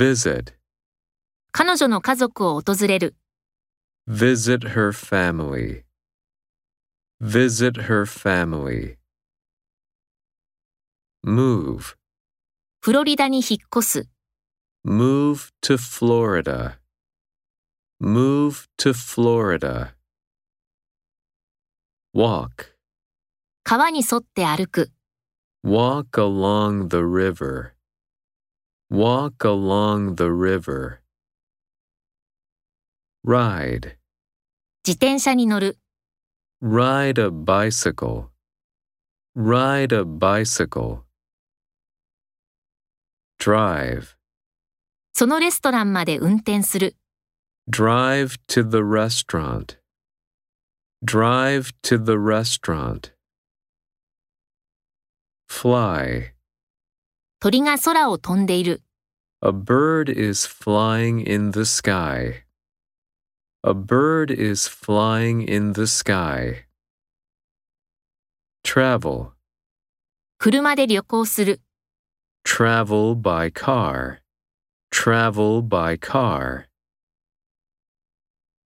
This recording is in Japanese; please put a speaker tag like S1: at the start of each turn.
S1: Visit.
S2: 彼女の家族を訪れる。
S1: Visit her family. Visit her family. Move.
S2: フロリダに引っ越す。
S1: Move to Florida. Move to Florida. Walk.
S2: 川に沿って歩く。
S1: Walk along the river. Walk along the river. Ride.
S2: 自転車に乗る。
S1: Ride a bicycle. Ride a bicycle. Drive.
S2: そのレストランまで運転する。
S1: Drive to the restaurant. Drive to the restaurant. Fly.
S2: 鳥が空を飛んでいる。
S1: A bird is flying in the sky. A bird is flying in the sky. Travel.
S2: 車で旅行する。
S1: Travel by car. Travel by car.